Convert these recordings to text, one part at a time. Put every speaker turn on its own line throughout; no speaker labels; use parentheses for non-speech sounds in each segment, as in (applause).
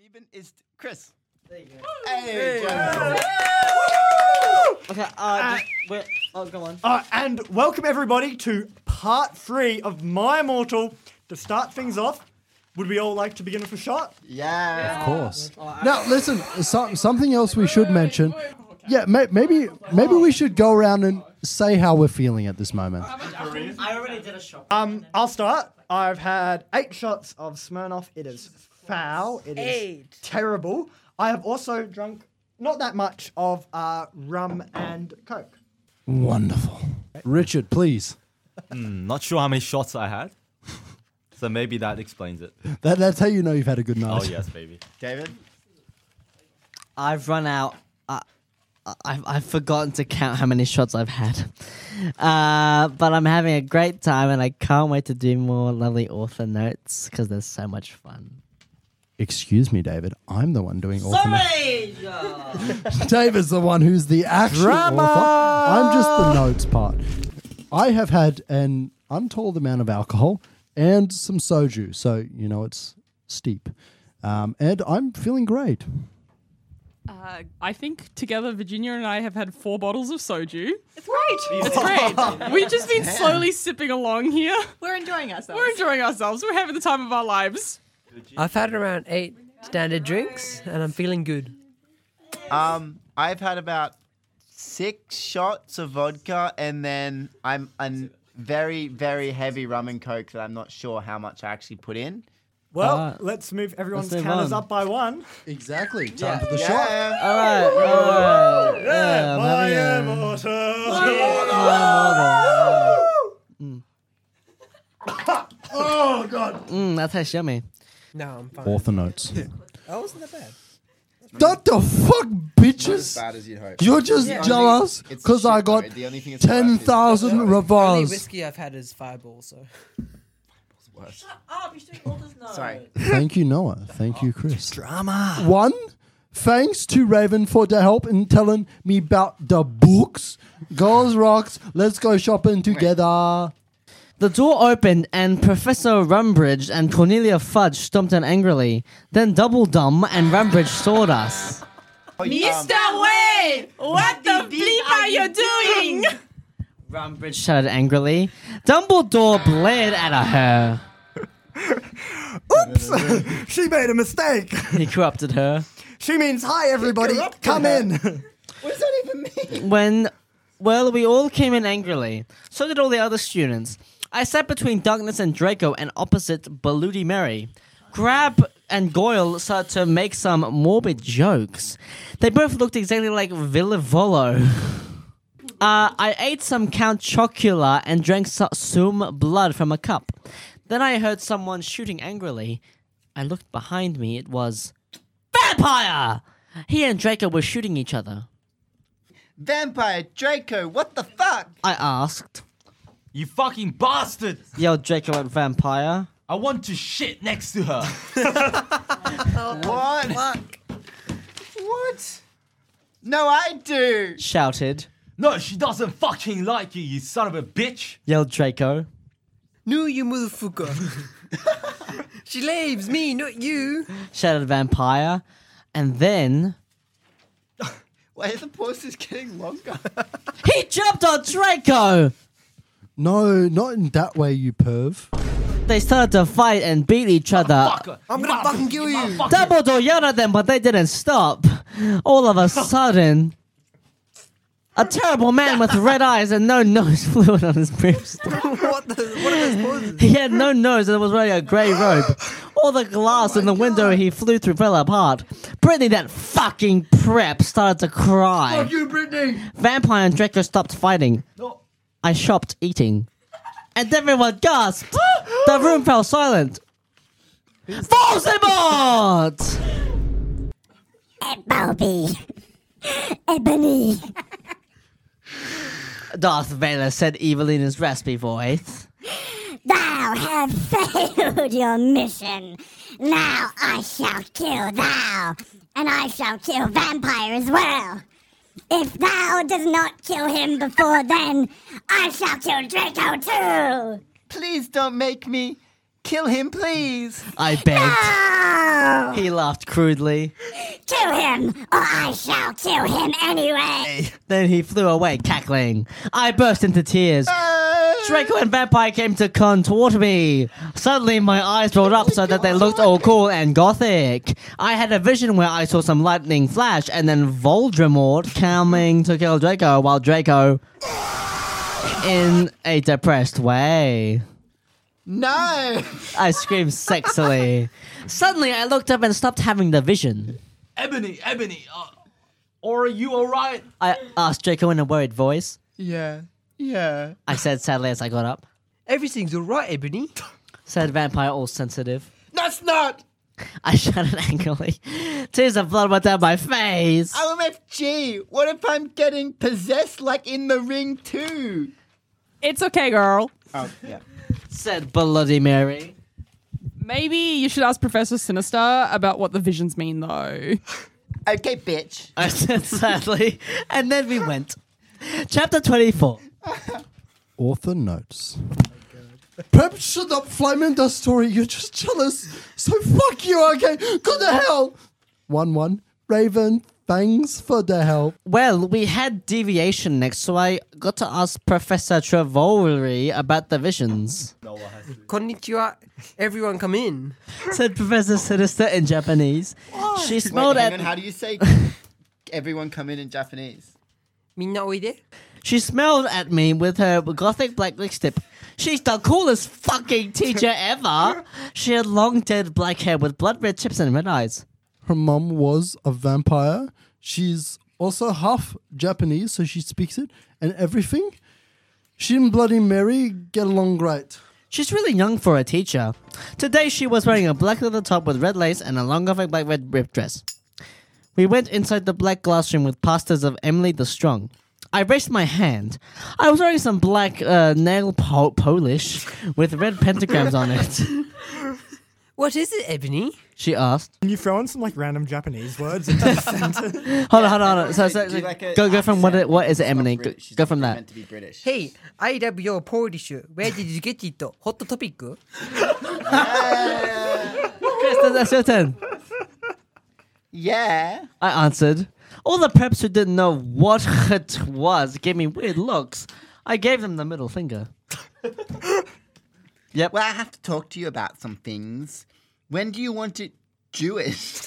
even is Chris.
Hey,
Okay, uh, just, wait, oh, go on.
Uh, and welcome everybody to part three of My Immortal. To start things off, would we all like to begin with a shot?
Yeah.
Of course. Now, Uh, listen, some, something else we should mention. Yeah, may, maybe maybe we should go around and say how we're feeling at this moment.
I already did a shot.
Um, I'll start. I've had eight shots of Smirnoff. It is foul. It is
Eight.
terrible. I have also drunk not that much of uh, rum and coke.
Wonderful. Richard, please.
Not sure how many shots I had. (laughs) So maybe that explains (laughs) it.
That, that's how you know you've had a good night.
Oh yes, baby.
David?
I've run out. I, I- I've, I've forgotten to count how many shots I've had. Uh, but I'm having a great time and I can't wait to do more lovely author notes because they're so much fun.
Excuse me, David. I'm the one doing all the.
Sorry!
David's the one who's the actual author. I'm just the notes part. I have had an untold amount of alcohol and some soju, so you know it's steep, um, and I'm feeling great.
Uh, I think together Virginia and I have had four bottles of soju.
It's great.
It's great. We've just been slowly sipping along here.
We're enjoying ourselves.
We're enjoying ourselves. We're having the time of our lives.
I've had around eight standard drinks and I'm feeling good.
Um, I've had about six shots of vodka, and then I'm a very, very heavy rum and coke that I'm not sure how much I actually put in.
Well,
Uh,
let's move everyone's
let's move
counters
on.
up by one.
Exactly. Time for the shot.
Yeah.
All right, all right. Yeah,
My
maybe, uh,
immortal.
mm, that tastes yummy.
No, I'm fine.
Author notes.
That wasn't that bad.
What the fuck, bitches?
bad as you'd hope.
You're just
Yeah.
jealous
It's
because
shit,
I got
though. The only thing it's worth
ten
is-
thousand
Only
revolves.
whiskey I've had is Fireball, so.
Sorry.
Thank you, Noah. Thank you, Chris. Drama. One, thanks to Raven for the help in telling me about the books. Girls Rocks, let's go shopping together.
The door opened and Professor Rumbridge and Cornelia Fudge stomped in angrily. Then Double Dumb and Rumbridge sawed us.
Oh, you- um,
Mr. Wayne, what the bleep are you doing?
Rumbridge shouted angrily. Dumbledore blared at her.
she made a mistake. (laughs)
He corrupted her.
She means hi, everybody. Come in. (laughs)
what does that even mean?
When, well, we all came in angrily. So did all the other students. I sat between Darkness and Draco and opposite Baludi Mary. Grab and Goyle started to make some morbid jokes. They both looked exactly like Villavolo. (laughs) Uh, I ate some Count Chocula and drank so- some blood from a cup. Then I heard someone shooting angrily. I looked behind me. It was Vampire! He and Draco were shooting each other.
Vampire Draco, what the fuck?
I asked.
You fucking bastard!
Yelled Draco at Vampire.
I want to shit next to her. (laughs)
What? What? No, I do.
Shouted.
No, she doesn't fucking like you, you son of a bitch.
Yelled Draco.
No,
(laughs)
you motherfucker. she leaves me, not you.
Shouted Vampire. And
(laughs)
then
Wait, the pause is getting longer.
he jumped on Draco.
No, not in that way, you perv.
They started to fight and beat each other.
Fucker. I'm gonna fucking kill you.
Dumbledore yelled at them, but they didn't stop. All
(laughs)
of a sudden, a terrible man with red eyes and no nose (laughs) flew in on his broomstick.
what, the, what are those poses?
He had no nose and was wearing a grey robe. All the glass in the window he flew through fell apart. Brittany, that fucking prep, started to cry.
You, Brittany.
Vampire and Draco stopped fighting. I stopped eating. And everyone gasped. the room fell silent. Voldemort!
Bobby. (laughs) Ebony.
Darth Vader said evilly in his raspy voice.
Thou have failed your mission. Now I shall kill thou, and I shall kill Vampire as well. If thou does not kill him before then, I shall kill Draco too.
Please don't make me Kill him, please.
I
(laughs)
begged.
Oh,
He laughed crudely.
kill him, or I shall kill him anyway.
(laughs) Then he flew away, cackling. I burst into tears. Draco and Vampire came to contort me. Suddenly, my eyes rolled up so that they looked all cool and gothic. I had a vision where I saw some lightning flash and then Voldemort coming to kill Draco, while Draco, in a depressed way,
No.
I screamed sexily. Suddenly, I looked up and stopped having the vision.
Ebony, Ebony, uh, are you alright?
I asked Draco in a worried voice.
Yeah. Yeah.
I said sadly as I got up.
Everything's alright, Ebony.
Said Vampire, all sensitive.
That's not.
I shouted angrily. (laughs) Tears of blood went down my face.
OMFG, what if I'm getting possessed like in the ring too?
It's okay, girl.
Oh, yeah.
Said Bloody Mary.
Maybe you should ask Professor Sinister about what the visions mean, though.
Okay, bitch.
I said (laughs) sadly. And then we went. Chapter 24.
Author notes. Pep, shut up, Flaming Dust Story. You're just jealous. So fuck you, okay? Good the hell. 1 1. Raven, thanks for the help.
Well, we had deviation next, so I got to ask Professor Travory about the
(laughs)
visions.
Konnichiwa. Everyone come in.
Said Professor Sinister in Japanese. She smiled
Wait, hang
at
on, how do you say everyone come in in Japanese?
Minna oide.
She smiled at me with her gothic black lipstick. She's the coolest fucking teacher ever. She had long dead black hair with blood red tips and red eyes.
Her mum was a vampire. She's also half Japanese, so she speaks it and everything. She and Bloody Mary get along great.
She's really young for a teacher. Today she was wearing a black leather top with red lace and a long gothic black red ribbed dress. We went inside the black classroom with posters of Emily the Strong. I raised my hand. I was wearing some black uh, nail po- polish with red pentagrams on it. (laughs)
What is it, Ebony?
She asked,
Can you throw in some like random Japanese words? into the sentence?
"Hold on, hold on, hold on. So, so,
Do you like a
go, go from what?
accent?
It, what is it,
She's not
Emily? Go,
Brit- she's
go
not
from that."
Meant to be British.
Hey, I love your Polish. Where did you get it? Hot topic.
Chris, that- that's your turn.
Yeah.
I answered. All the preps who didn't know what it was gave me weird looks. I gave them the middle finger. yep.
Well, I have to talk to you about some things. When do you want it Jewish?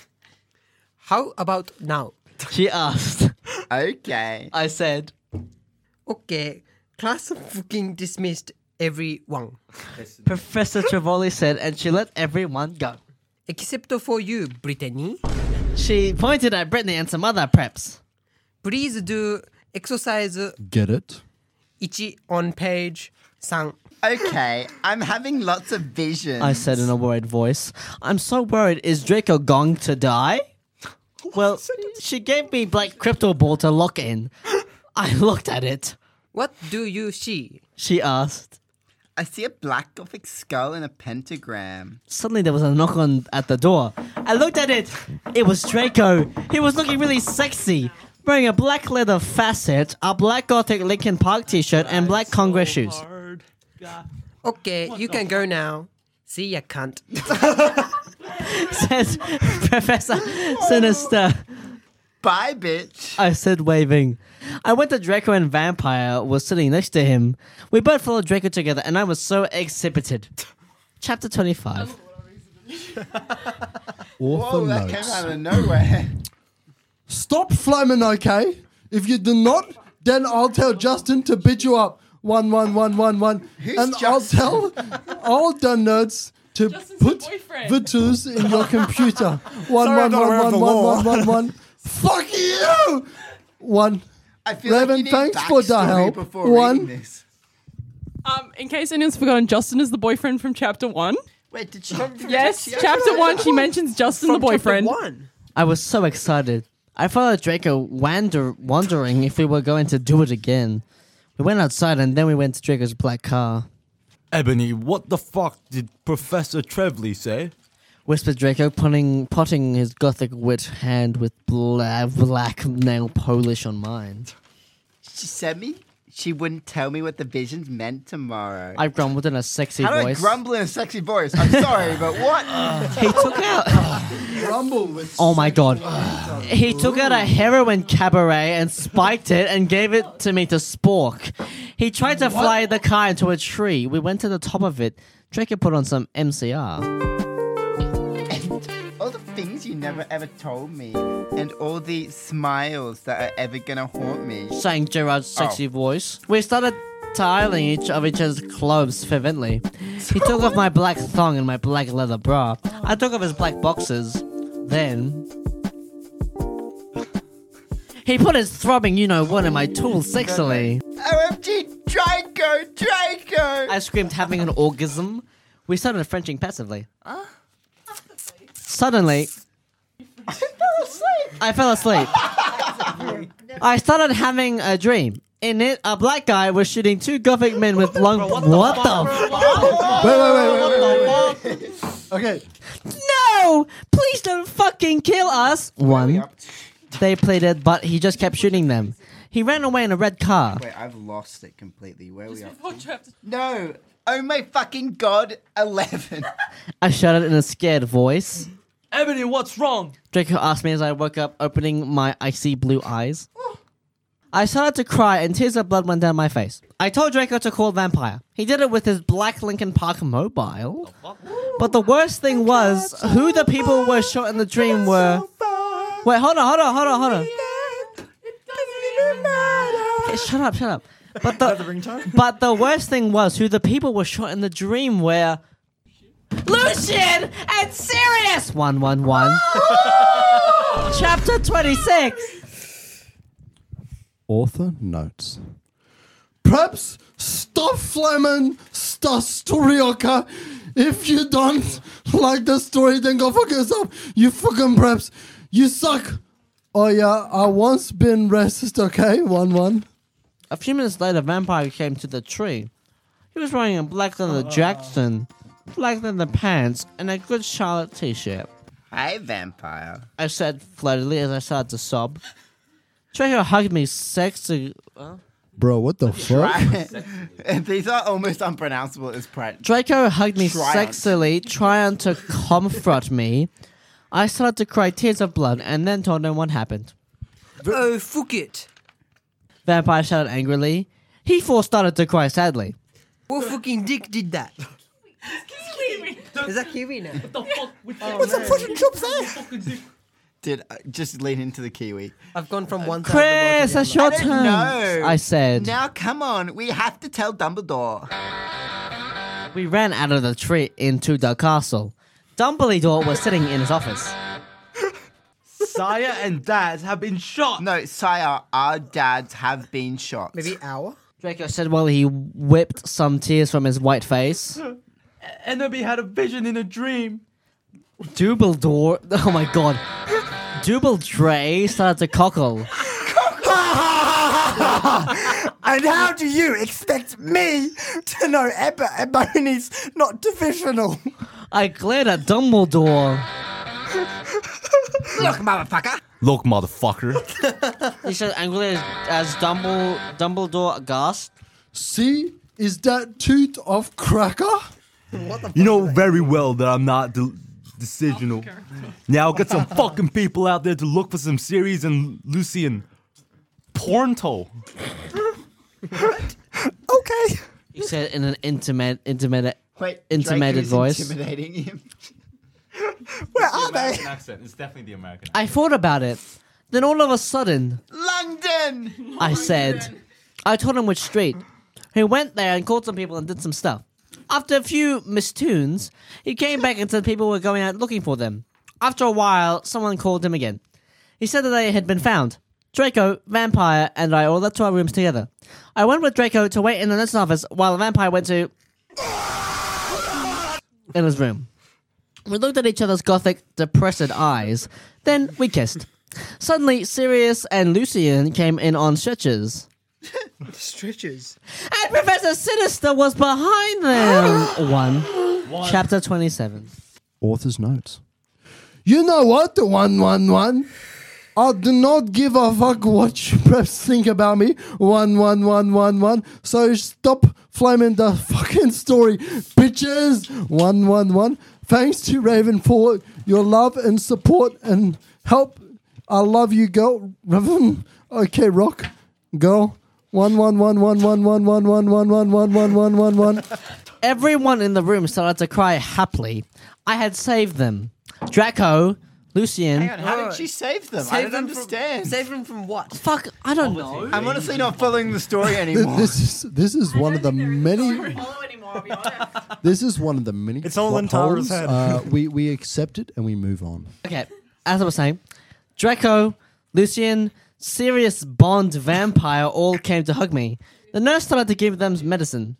How about now?
She (laughs) asked.
okay.
I said,
Okay. Class fucking dismissed. Everyone.
Professor Trevoli said, and she let everyone go.
Except for you, Brittany.
She pointed at Brittany and some other preps.
Please do exercise
(laughs) Get it?
1 on page 3.
Okay. I'm having lots of visions.
I said in a worried voice, I'm so worried. Is Draco going to die? Well, she gave me black crypto ball to lock in. I looked at it.
What do you see?
She asked,
I see a black gothic skull and a pentagram.
Suddenly there was a knock on at the door. I looked at it. It was Draco. He was looking really sexy, wearing a black leather facet, a black gothic Linkin Park t-shirt, and black Congress shoes.
Okay, you can go now. See ya, cunt.
Says Professor Sinister.
Bye, bitch.
I said, waving. I went to Draco and Vampire was sitting next to him. We both followed Draco together, and I was so exhibited. Chapter twenty-five.
Author
Whoa, that
notes.
came out of nowhere.
(laughs) Stop flaming, okay? If you do not, then I'll tell Justin to beat you up. One, one, one, one, one. and
Justin? (laughs)
I'll tell all the nerds to
Justin's
put
the boyfriend.
the twos in
(laughs)
your computer. One,
Sorry,
one,
I'm not
one,
aware of
one,
the
one,
law.
one, one, one. Fuck you! One.
I feel
Raven,
like you need
thanks for the
backstory
help.
Before
One.
reading this.
Um, in case anyone's forgotten, Justin is the boyfriend from chapter one.
Wait, did she?
Yes,
she actually-
chapter one. She mentions Justin the boyfriend.
One.
I was so excited. I followed Draco wander- wondering if we were going to do it again. We went outside and then we went to Draco's black car.
Ebony, what the fuck did Professor Trevley say?
Whispered Draco, potting, potting his gothic wit hand with bla- black nail polish on mine.
She sent me. she wouldn't tell me what the visions meant tomorrow.
I grumbled in a sexy
How do
voice.
I grumble in a sexy voice?
(laughs)
I'm sorry, but what?
he took out.
Rumble with.
Oh my god. He took out a heroin cabaret and spiked it and gave it to me to spork. He tried to fly the car into a tree. We went to the top of it. Draco put on some MCR.
all the things you never ever told me, and all the smiles that are ever gonna haunt me.
sang Gerard's sexy voice. Oh. We started tiling each of each other's clothes fervently. He took off my black thong and my black leather bra. I took off his black boxers. Then he put his throbbing you know what in my tool sexily.
OMG, Draco, Draco!
I screamed having an orgasm. We started Frenching passively. Suddenly, I fell asleep. I fell asleep. I started having a dream. In it, a black guy was shooting two gothic men with long. what the?
Wait, wait, wait, wait, wait, wait, wait. Okay,
f- no! Please don't fucking kill us. One. They pleaded, but he just kept shooting them. He ran away in a red car.
Wait, I've lost it completely. Where are we up?
Chapter-
No! Oh my fucking god, (laughs) 11.
I shouted in a scared voice.
Ebony, what's wrong?
Draco asked me as I woke up, opening my icy blue eyes. I started to cry and tears of blood went down my face. I told Draco to call Vampire. He did it with his black Lincoln Park mobile. But the worst thing was who the people were shot in the dream were. Wait, hold on, hold on, hold on, hold on. Hey, Shut up, shut up. But
The
the
ringtone?
but the worst thing was who the people were shot in the dream were. Lucian and Sirius. One one
Oh,
one. Chapter twenty six.
author notes. Perhaps stop Fleming, stop Storyoka. If you don't like the story, then go fuck yourself. You fucking perhaps. You suck. Oh yeah, I once been racist, okay? 1 1.
A few minutes later, Vampire came to the tree. He was wearing a black leather Jackson, black leather pants, and a good Charlotte t-shirt.
Hi, vampire. (laughs)
I said flatly as I started to sob. Draco hugged me sexy.
Bro, what the fuck?
These are almost unpronounceable as print.
Draco hugged me
Triumph.
sexily, trying to comfort me. I started to cry tears of blood and then told him what happened.
Oh, fuck it.
Vampire shouted angrily. He four started to cry sadly.
What fucking dick did that? Is that Kiwi now?
Oh,
What's that fucking chop there?
Did uh, just lean into the kiwi.
I've gone from one side of the world
Chris,
to
that's
the other.
your
I don't
turn.
know.
I said.
Now come on, we have to tell Dumbledore.
We ran out of the tree into the castle. Dumbledore was sitting in his office.
Saya and Dad have been shot.
No, sire, our dads have been shot.
Maybe hour?
Draco said while he whipped some tears from his white face.
Enemy had a vision in a dream.
Dumbledore. (laughs) Oh my god. Dumbledore started to cockle.
And how do you expect me to know Ebony's not divisional?
I glared at Dumbledore.
Look, motherfucker.
Look,
(laughs)
motherfucker.
He said angrily as, as Dumble, Dumbledore aghast.
See, is that toot of cracker?
you know very well that I'm not de- decisional. Now get some fucking people out there to look for some series and Lucian. Pornto.
Okay.
He said in an intimate, intimate.
Wait,
Intimated
Draco's
voice.
Intimidating (laughs) him.
Where are they?
accent. It's definitely the American.
I thought about it. Then all of a sudden,
London!
I said, I told him which street. He went there and called some people and did some stuff. After a few mistunes, he came back and said people were going out looking for them. After a while, someone called him again. He said that they had been found. Draco, Vampire, and I all left to our rooms together. I went with Draco to wait in the nurse's office while the Vampire went to. in his room. We looked at each other's gothic, depressed eyes. Then we kissed. Suddenly, Sirius and Lucian came in on stretchers.
Stretches.
And Professor Sinister was behind them. One. Chapter 27.
Author's notes. You know what, 111? I do not give a fuck what you (laughs) perhaps think about me. One, one, one, one, one. So stop flaming the (laughs) fucking story, bitches. One, one, one. Thanks to Raven for your love and support and help. I love you, girl. Raven. Okay, rock. Girl. One, one, one, one, one, one, one, one, one, one, one, one, one, one, one.
Everyone in the room started to cry happily. I had saved them. Draco, Lucian.
How did she save them? I don't understand.
From, save them from what?
Fuck, I don't know.
I'm honestly not following the story (laughs)
Th-
anymore.
This is this is one of the many.
Follow anymore, I'll be honest.
(laughs) This is one of the many.
It's all
plot
in Tara's
holes.
head.
Uh, we
(laughs)
we accept it and we move on.
Okay, as I was saying, Draco, Lucian, Sirius, Bond, Vampire all came to hug me. The nurse started to give them medicine,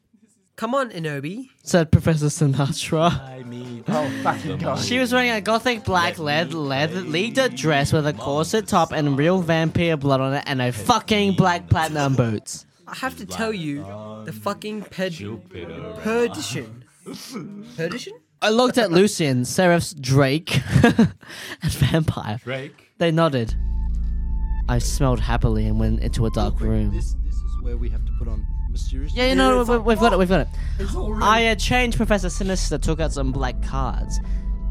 Come on, Inobi.
said Professor Sinatra.
I mean,
oh fucking god!
She was wearing a gothic black lead leather leader dress with a corset top and real vampire blood on it and a fucking black platinum boots.
I have to tell you, the fucking ped- perdition. Perdition?
I looked at Lucian, Seraph's Drake, (laughs) and Vampire.
Drake.
They nodded. I smelled happily and went into a dark room.
This this is where we have to put on mysterious.
Yeah, you know, we, we've got it, we've got it. I uh, changed Professor Sinister, took out some black cards.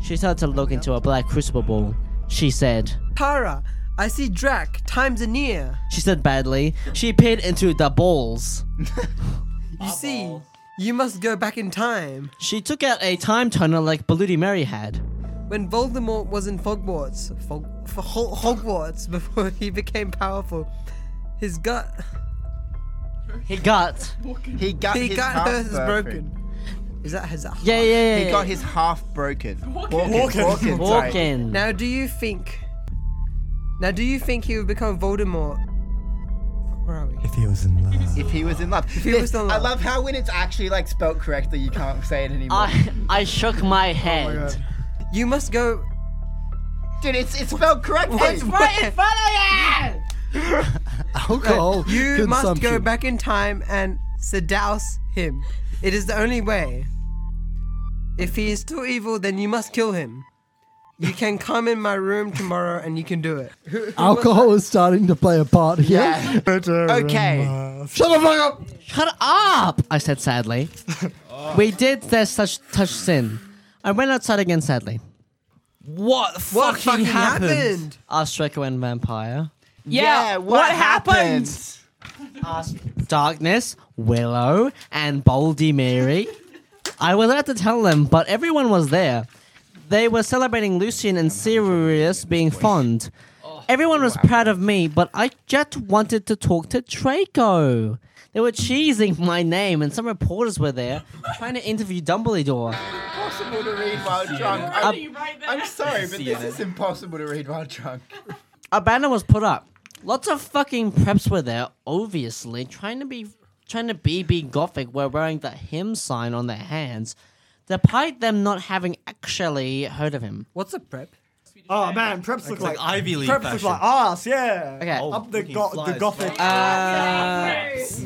She started to look into a black crucible ball. She said,
Tara, I see Drac. Times are near.
she said badly. She peered into the balls.
You see, you must go back in time.
She took out a time tunnel like Baludi Mary had.
When Voldemort was in Hogwarts, Fog- F- Ho- Hogwarts (laughs) before he became powerful, his gut,
He got.
He got
he
his
got
half
hers is
broken.
broken. Is that his?
Yeah, yeah, yeah.
He
yeah.
got his half broken. Walking.
Walking.
Walking. sorry.
Walking.
Now, do you think? Now, do you think he would become Voldemort? Where are we?
If he was in love.
If he was in love.
he was
This-
in
I
love.
love how when it's actually like spelt correctly, you can't say it anymore.
I, I shook my head.
Oh
You must go.
Dude, it's it's spelled correctly.
right in (laughs) front
alcohol.
You must go
consumption.
back in time and sedouse him. It is the only way. If he is still evil, then you must kill him. You can come in my room tomorrow and you can do it.
Alcohol is starting to play a part here.
Yeah. Okay.
Shut the fuck up.
Shut up! I said
(laughs)
sadly. We did there's such touch sin. I went outside again sadly. What,
(laughs) What fucking happened?
Asked Draco and Vampire.
Yeah,
Yeah,
what,
what
happened?
happened?
Asked Darkness, Willow, and Boldy Mary. I was about to tell them, but everyone was there. They were celebrating Lucian and Sirius being fond. Everyone was proud of me, but I just wanted to talk to Draco. They were cheesing my name, and some reporters were there trying to interview Dumbledore.
Impossible to (laughs) read while drunk. I'm, I'm sorry, but this is impossible to read while drunk. (laughs)
a banner was put up. Lots of fucking preps were there, obviously, trying to be trying to be be gothic were wearing the him sign on their hands, despite them not having actually heard of him.
What's a prep?
Oh man, preps look like,
Ivy League
preps look
fashion.
like ass. Yeah.
Okay. Uh, Oh,
Up the,
fucking
go- the
flies.
gothic.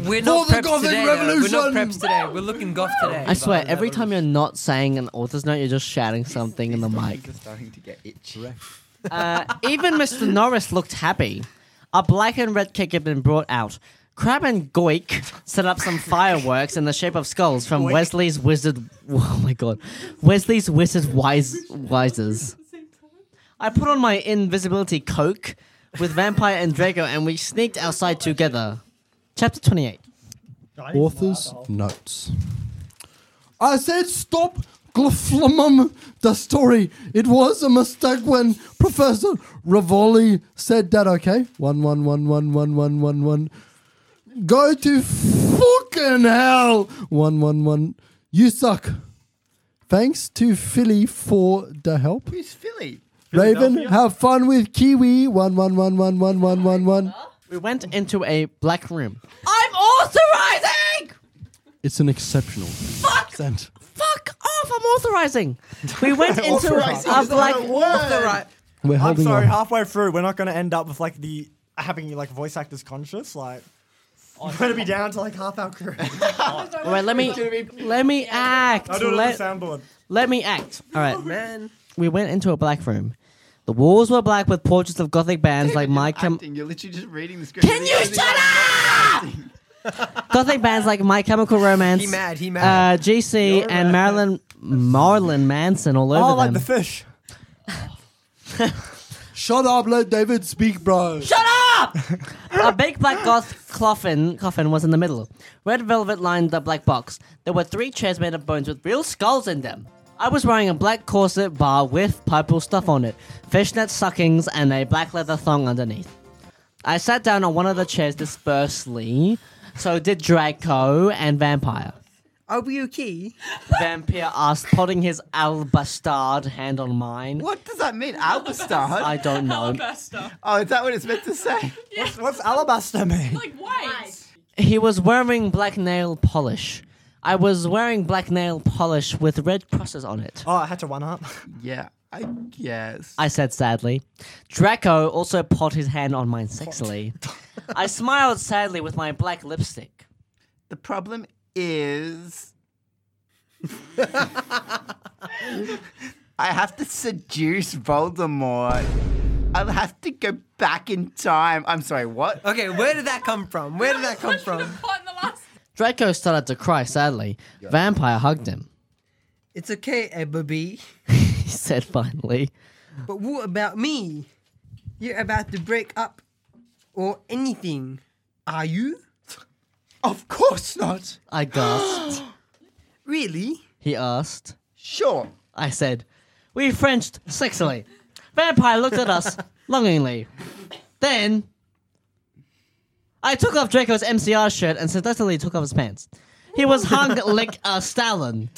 We're not
For the
preps
Gothic
today. though. We're
Revolution!
not preps today. We're looking goth today.
I swear, every time you're not saying an author's note, you're just shouting something in the mic.
Things are starting to get itchy.
Uh, even Mr. Norris looked happy. A black and red cake had been brought out. Crab and Goik set up some fireworks in the shape of skulls from Wesley's Wizard. (laughs) Oh my god, Wesley's Wizard Wise Wises. I put on my invisibility coke with Vampire and Draco, and we sneaked outside together. Chapter twenty-eight.
Author's notes. I said stop gluflumum the story. It was a mistake when Professor Rivoli said that, okay? One one one one one one one one. Go to fucking hell! One one one. You suck. Thanks to Philly for the help.
Who's Philly?
Raven, have fun with Kiwi. One one one one one one one one.
We went into a black room. I'm authorizing.
It's an exceptional accent.
Fuck off! I'm authorizing.
(laughs)
We went into a black
Alright.
We're
I'm
holding
sorry.
on.
Halfway through, we're not going to end up with like the having like voice actors conscious. Like,
Oh,
we're going to be down to like half our
(laughs)
crew.
All right, let me let me act.
I'll do it on the
Let,
soundboard.
let me act. All right,
Man.
we went into a black room. The walls were black with portraits of gothic bands like My Chem-
Acting, You're literally just reading the script.
Can you shut
up?
gothic bands like My Chemical Romance,
He mad, he mad.
uh, GC, and Marilyn Marilyn Manson all
Oh,
over
I Oh, like
them.
the fish.
(laughs) Shut up, let David speak, bro.
Shut up! a big black goth coffin, coffin was in the middle. Red velvet lined the black box. There were three chairs made of bones with real skulls in them. I was wearing a black corset bar with purple stuff on it, fishnet stockings, and a black leather thong underneath. I sat down on one of the chairs dispersely, so did Draco and Vampire.
Are we okay?
Vampire asked, putting his albastard hand on mine.
What does that mean,
(laughs)
Albastard?
I don't know.
Oh, is that what it's meant to say? (laughs)
What's alabaster mean?
Like white.
He was wearing black nail polish. I was wearing black nail polish with red crosses on it.
Oh, I had to one up.
Yeah, I guess.
I said sadly. Draco also put his hand on mine sexily. I smiled sadly with my black lipstick.
The problem is. (laughs) I have to seduce Voldemort. I'll have to go back in time. I'm sorry, what?
Okay, where did that come from? Where did that come from?
Pot in the last.
Draco started to cry sadly. Vampire hugged him.
It's okay, Ebbaby.
He said finally.
But what about me? You're about to break up or anything. Are you?
Of course not.
I gasped.
Really?
he asked.
Sure.
I said. We Frenched sexily. Vampire looked at us longingly. Then I took off Draco's MCR shirt and seductively took off his pants. He was hung like a Stalin.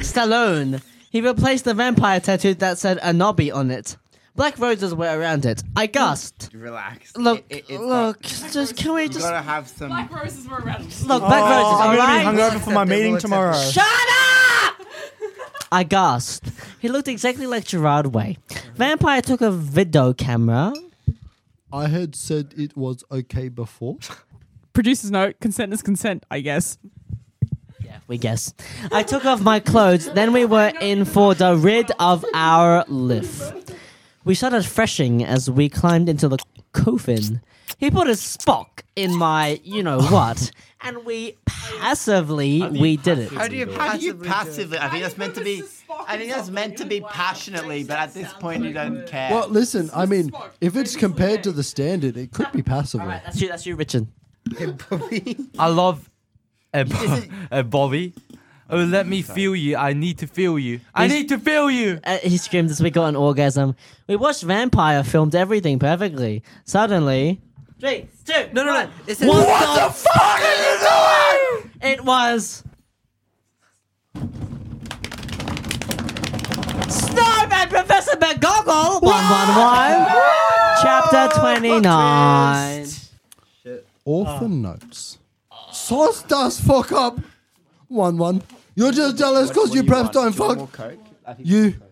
Stallone. He replaced the vampire tattoo that said a knobby on it. Black roses were around it. I gasped.
Relax.
Look,
It- it- it's
look,
not-
just can we
you
just
gotta have some.
Black roses were around.
look black
Oh,
roses?
I'm gonna be
alright?
hungover for my meeting tomorrow.
Shut up! I gasped. He looked exactly like Gerard Way. Vampire took a video camera.
I had said it was okay before.
Producer's note: consent is consent, I guess.
Yeah, we guess. I took off my clothes. Then we were in for the rid of our lift. We started freshing as we climbed into the coffin. He put his spock in my, you know what, and we passively we did it.
How do you
How do
possibly
you
do it?
passively? I think that's meant to be.
Mrs. Spock
I think
is
that's meant to be passionately, but at this point you don't care.
Well, listen, I mean,
Spock.
if it's
Maybe
compared
Slay.
to the standard, it could be passable.
Right, that's you. That's you, Richard.
I love a, (laughs) a Bobby. Oh, let me feel you. I need to feel you. I
He's-
need to feel you.
uh, he screamed as we got an orgasm. We watched Vampire filmed everything perfectly. Suddenly, three, two,
No, no, no. It says
What, the, fuck are you doing? It was Snowman Professor McGoggle. One, one, one. Chapter twenty-nine.
Author notes. Sauce does fuck up. One one. You're just jealous because you perhaps don't fuck. You. (laughs)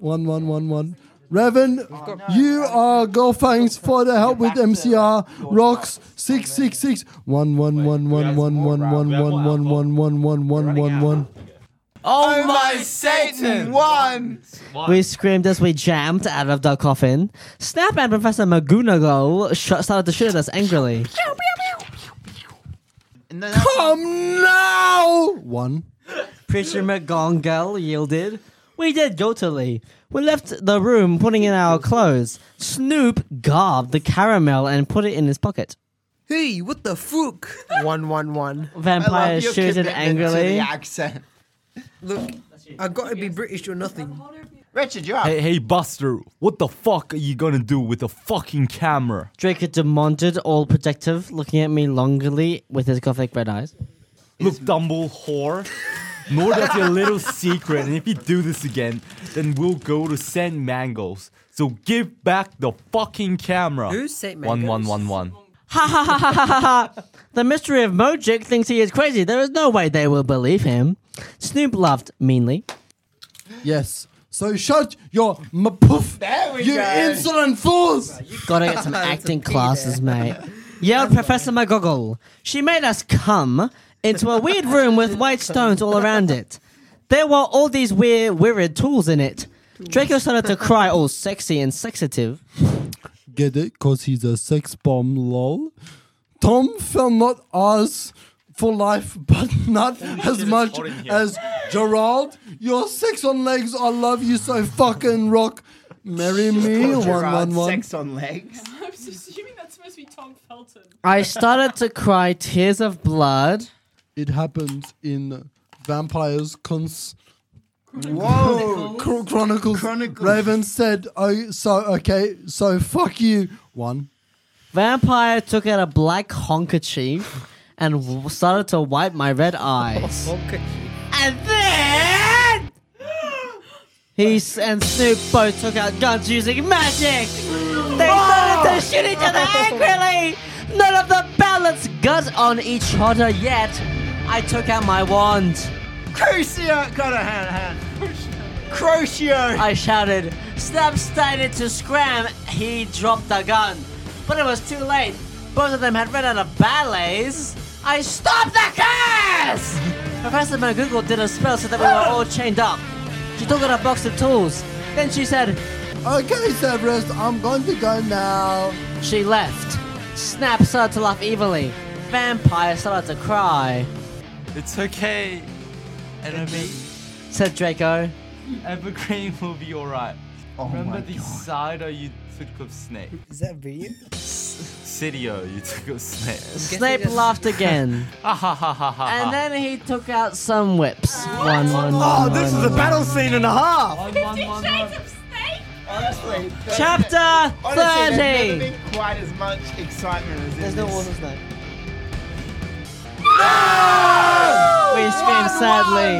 One one one one. Revan, you are girlfangs for the help with MCR rocks six six six one one one one one one one one one one one one one one one.
Oh, my Satan!
One.
We screamed as we jammed out of the coffin. Snap and Professor McGonagall sh- started to shoot at us angrily.
And then that's-
Come now. One.
Preacher McGonagall yielded. We did guiltily. We left the room, putting in our clothes. Snoop garbed the caramel and put it in his pocket.
Hey, what the fuck? One one one.
I love
Vampire
your
shooted
commitment To the
angrily.
accent.
Look, I gotta be British or nothing.
Richard, you're up.
Hey, hey, Buster, what the fuck are you gonna do with the fucking camera?
Draco demanded, all protective, looking at me longingly with his gothic red eyes.
Look, Dumble (laughs) whore. Know that's your little secret, and if you do this again, then we'll go to San Mangos. So give back the fucking camera.
Who's Saint
One one
Mangos?
one one.
The mystery of Mojic thinks he is crazy. There is no way they will believe him. Snoop laughed meanly.
Yes. So shut your mapoof.
There we
You
go.
insolent fools.
Gotta get some acting classes, mate. Yelled Professor McGoggle. She made us come into a weird room with white stones all around it. There were all these weird, weird tools in it. Draco started to cry, all sexy and sexative.
Get it? Because he's a sex bomb, lol. Tom fell not ours for life, (laughs) but not as much as Gerald. Your six on legs, I love you so fucking rock. Marry me, one
Gerard,
one one.
Sex on legs.
I'm (laughs) assuming that's supposed to be Tom Felton.
I started to cry tears of blood.
It happens in Vampires Cons
Whoa.
Chro- Chronicles.
Chronicles.
Raven said, "Oh, so okay, so fuck you." One.
Vampire took out a black handkerchief and w- started to wipe my red eyes. And then he s- and Snoop both took out guns using magic. They started to shoot each other angrily. None of the balance got on each other yet. I took out my wand.
Crucio. Got a hand, hand. Crucio.
I shouted. Snap started to scram. He dropped the gun. But it was too late. Both of them had run out of ballets. I stopped the
(laughs)
curse! Professor McGoogle did a spell so that we were all chained up. She took out a box of tools. Then she said,
Okay, Severus, I'm going to go now.
she left. Snap started to laugh evilly. Vampire started to cry.
It's okay. Enemy
Said Draco.
Evergreen will be alright.
Oh
Remember
my
the
god.
cider you took of Snape?
Is that vegan?
Sidio you took of
(laughs)
Snape.
Snape laughed
(laughs)
again.
Ah ha ha ha ha.
and
ha.
then he took out some whips. One, one,
Oh,
one,
this
one,
is a battle scene and a half.
Fifty Shades of Snake.
Honestly. there's-
Chapter
honestly, there's
30!
never been quite as much excitement as in this.
Snape. No! We screamed sadly.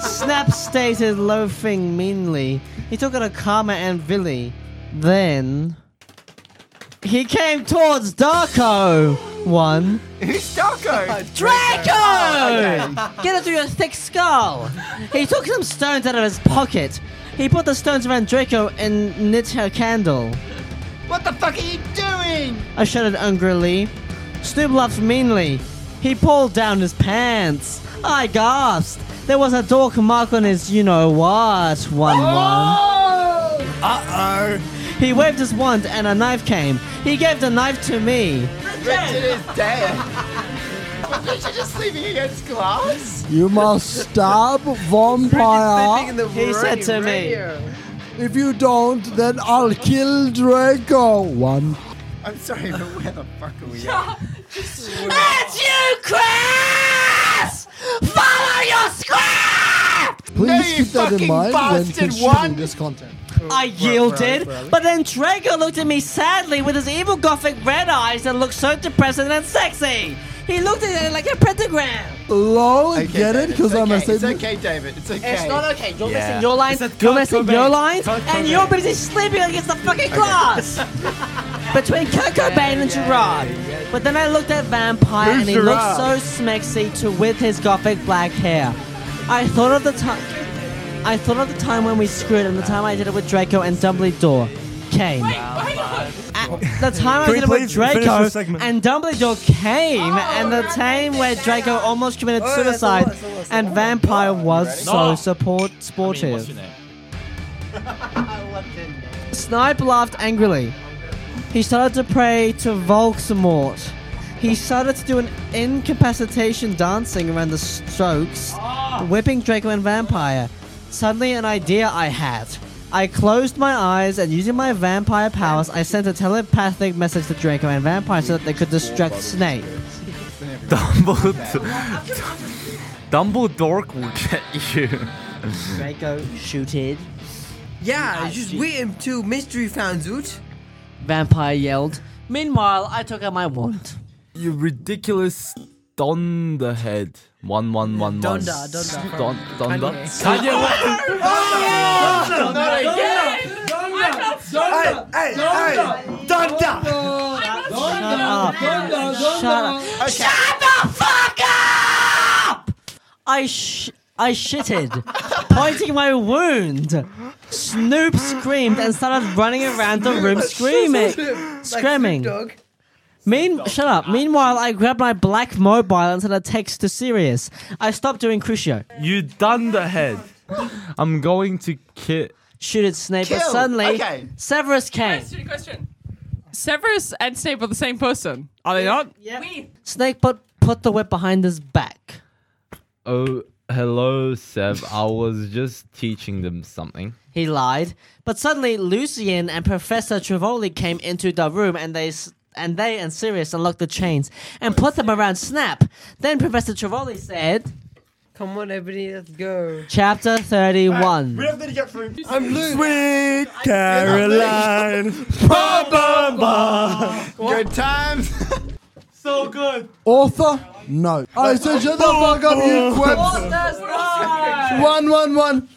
(laughs) Snap stated loafing meanly. He took out a Karma and Villy. Then. He came towards Darko! One.
(laughs) Who's Darko?
Draco! Get it through your thick skull! He took some stones out of his pocket. He put the stones around Draco and knit her candle.
What the fuck are you doing?
I shouted angrily. Snoop laughed meanly. He pulled down his pants. I gasped. There was a dark mark on his you know what one one.
Uh oh.
He waved his wand and a knife came. He gave the knife to me.
Richard is dead.
(laughs)
was Richard just sleeping against glass?
You must stab vampire.
He said to me,
If you don't, then I'll kill Draco. One.
I'm sorry, but where the fuck are we at?
That's you, Chris! Follow your script!
Please
you
keep that in
fucking
mind when
bastard,
consuming
one.
this content.
I yielded, but then Draco looked at me sadly with his evil gothic red eyes that looked so depressing and sexy. He looked at it like a pentagram.
Lol,
Okay,
get it?
David,
Because
it's
I'm
okay,
a
It's okay, David. It's okay.
It's not okay. You're
Yeah.
missing your line.
It's a
You're
Kurt
missing
Cobain.
your line,
Kurt
and
Cobain.
you're busy sleeping against the fucking
(laughs)
glass. Between Kurt Cobain and Gerard. But then I looked at Vampire, and he looked so smexy to with his gothic black hair. I thought of the time. I thought of the time when we screwed, and the time I did it with Draco and Dumbledore. Came. At the time I
Can we
did it with
please finish
Draco
this segment?
and Dumbledore came,
Oh,
and the time where Draco almost committed suicide, and Vampire was so support
Hey, what's
sportive.
your name?
(laughs) Snipe laughed angrily. He started to pray to Volksmort. He started to do an incapacitation dancing around the strokes, whipping Draco and Vampire. Suddenly, an idea I had. I closed my eyes and using my vampire powers, I sent a telepathic message to Draco and Vampire so that they could distract Snape.
(laughs)
Dumbledore. Dumbledore will get you.
Draco shooted.
Yeah, just wait until mystery finds out.
Vampire yelled. Meanwhile, I took out my wand.
You ridiculous Dunderhead. One one one one.
Donder, donder.
Don, donder.
Kanye.
Kanye West.
Hey, hey, hey. Dunda.
Shut up. Shut up. Shut the fuck up! I sh- I shitted, pointing my wound. Snoop screamed and started running around the room screaming. Screaming.
Dog.
Mean, shut up. Meanwhile, I grabbed my black mobile and sent a text to Sirius. I stopped doing Crucio.
You Dunderhead. I'm going to ki-
shoot at Snape, but
Kill.
suddenly
Okay.
Severus came.
Question, question. Severus and Snape are the same person, are they not?
Yep. Snape put, put the whip behind his back.
Oh, hello, Seb. I was just teaching them something.
He lied. But suddenly, Lucian and Professor Trivoli came into the room, and they s- and they and Sirius unlocked the chains and put them around Snap. Then Professor Trivoli said,
Come on, everybody, let's go.
"Chapter
We
thirty-one."
don't need to get through.
I'm Luke.
Sweet Caroline. (laughs) Bum, bum, bum.
Good times.
So good.
Author? No. I said shut the fuck up, you quips. One, one, one.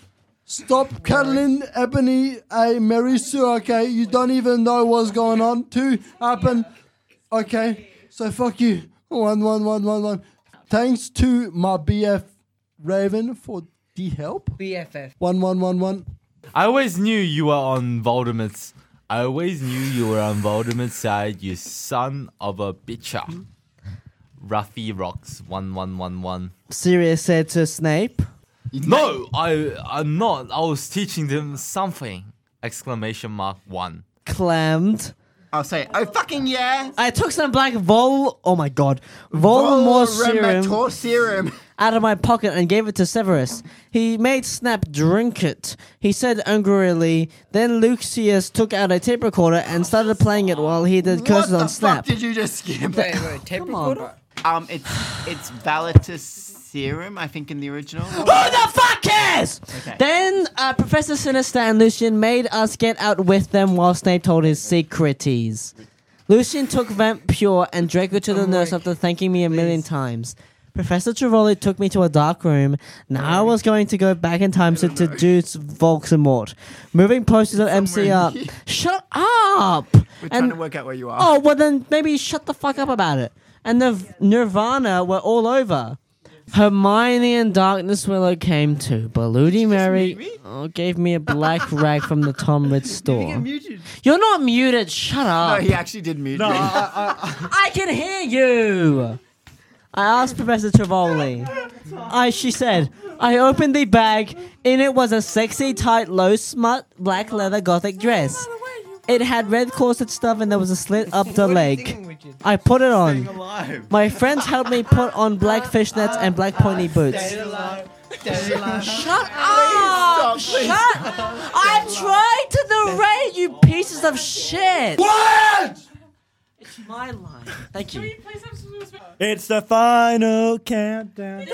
Stop cuddling Ebony A. Mary Sue, okay? You don't even know what's going on. Two, happen. Okay, so fuck you. One, one, one, one, one. Thanks to my BF Raven for the help.
BFF.
One, one, one, one.
I always knew you were on Voldemort's. I always knew you were on Voldemort's side, you son of a bitcher. Ruffy rocks one one one one.
Sirius said to Snape,
No, I I'm not. I was teaching them something. Exclamation mark one.
"Clammed."
I'll say, oh fucking yeah.
I took some black vol. Oh my god, Voldemort serum
Voldemort serum.
out of my pocket and gave it to Severus. He made Snap drink it. He said angrily. Then Lucius took out a tape recorder and started playing it while he did curses
what the
on Snap.
fuck did you just skip?
Wait, wait, tape recorder?
Um, it's it's Valatus serum, I think, in the original.
Who the fuck cares? Then uh, Professor Sinister and Lucian made us get out with them while Snape told his secreties. Lucian took Vamp Pure and Draco to
Oh
the nurse after thanking me a million times. Professor Trevoli took me to a dark room. Now I was going to go back in time to deduce Voldemort. Moving posters of MC
Somewhere
up.
in
Shut up!
We're trying
And
to work out where you are.
Oh, well, then maybe shut the fuck up about it. And the v- Nirvana were all over. Hermione and Darkness Willow came too. Baludi Mary
mute me?
oh, gave me a black rag from the Tom Ritz store.
muted.
You're not muted. Shut
No,
up.
he actually did mute
No,
me.
I, I,
I can hear you. I asked Professor Trivoli. I, she said, I opened the bag. In it was a sexy, tight, low smut black leather gothic dress. It had red corset stuff and there was a slit up the leg. I put it on. My friends helped me put on black fishnets and black pony boots. Shut up!
Please
Shut! I'm trying to narrate, you pieces of shit. What? It's my line. Thank you.
it's the final countdown.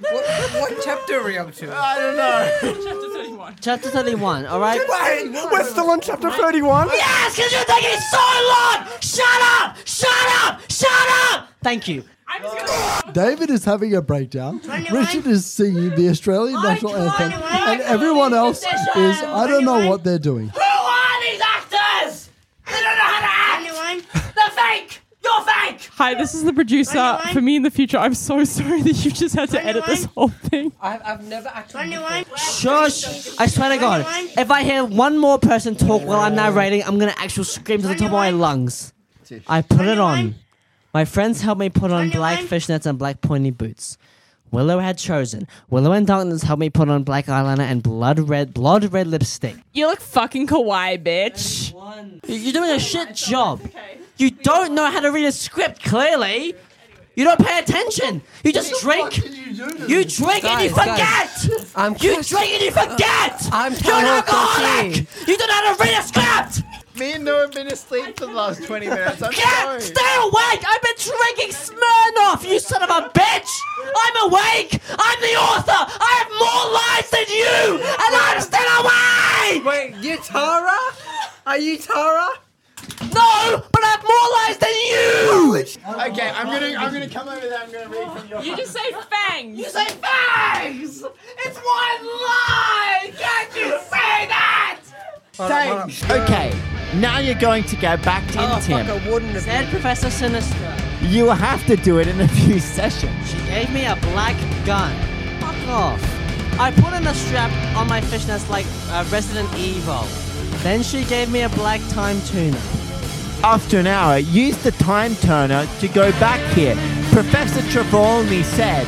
What, what chapter are we up to?
I don't know.
Chapter 31.
Chapter 31, alright?
Wait, we're still on chapter 31?
Yes, because you're taking so long! Shut up! Shut up! Shut up! Thank you.
I'm just gonna.
David is having a breakdown. Richard is singing the Australian national anthem, and everyone else is I don't know what they're doing.
Who are these actors? They don't know how to act! They're fake! You're fake!
Hi, this is the producer. For me in the future, I'm so (laughs) sorry that you just had to edit this whole thing.
I've, I've never actually.
Shush! I swear to God, if I hear one more person talk while I'm narrating, I'm gonna actually scream to the top of my lungs. I put it on. My friends helped me put on black fishnets and black pointy boots. Willow had chosen. Willow and Darkness helped me put on black eyeliner and blood red, blood red lipstick.
You look fucking kawaii, bitch.
You're doing a shit job. You don't know how to read a script clearly. You don't pay attention. You just drink. You drink and you
Guys,
forget.
I'm
You
Chris-
drink and you forget.
I'm
You're an
Tyler
alcoholic.
Fourteen.
You don't know how to read a script.
Me and Noah have been asleep for the last 20 minutes. I'm
Get
sorry.
stay awake. I've been drinking Smirnoff. You son of a bitch. I'm awake. I'm the author. I have more lives than you, and I'm still awake.
Wait, you Tara? Are you Tara?
No, but I have more lives than you.
Okay, I'm gonna I'm gonna come over there. I'm gonna read from your.
You just say fangs.
You say fags! It's one lie! Can't you say that?
Thanks. Okay, now you're going to go back to
Oh, fuck,
Tim.
I wouldn't have.
Said Professor Sinister.
You have to do it in a (laughs) few sessions.
She gave me a black gun. Fuck off. I put in a strap on my fishnets like uh, Resident Evil. Then she gave me a black time tuner.
After an hour, use the time turner to go back here. Professor Trelawney said.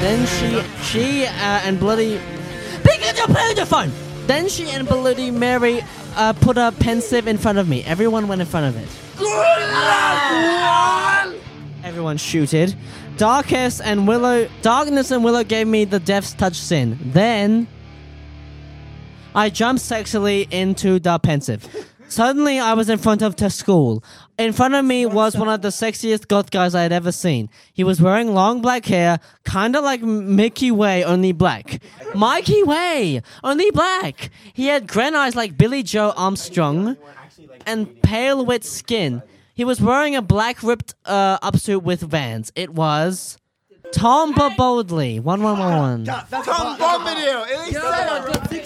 Then she, she uh, and bloody Pikachu, put down your phone. Then she and bloody Mary uh, put a pensive in front of me. Everyone went in front of it. Everyone shooted. Darkness and Willow, darkness and Willow gave me the death's touch sin. Then I jumped sexually into the pensive. Suddenly, I was in front of the school. In front of me was one of the sexiest goth guys I had ever seen. He was wearing long black hair, kinda like M- Mickey Way, only black. Mikey Way, only black. He had grand eyes like Billy Joe Armstrong and pale, wet skin. He was wearing a black ripped uh, upsuit with vans. It was Tom Boldly. 1111.
That's
Tom Bombadil! At least they don't-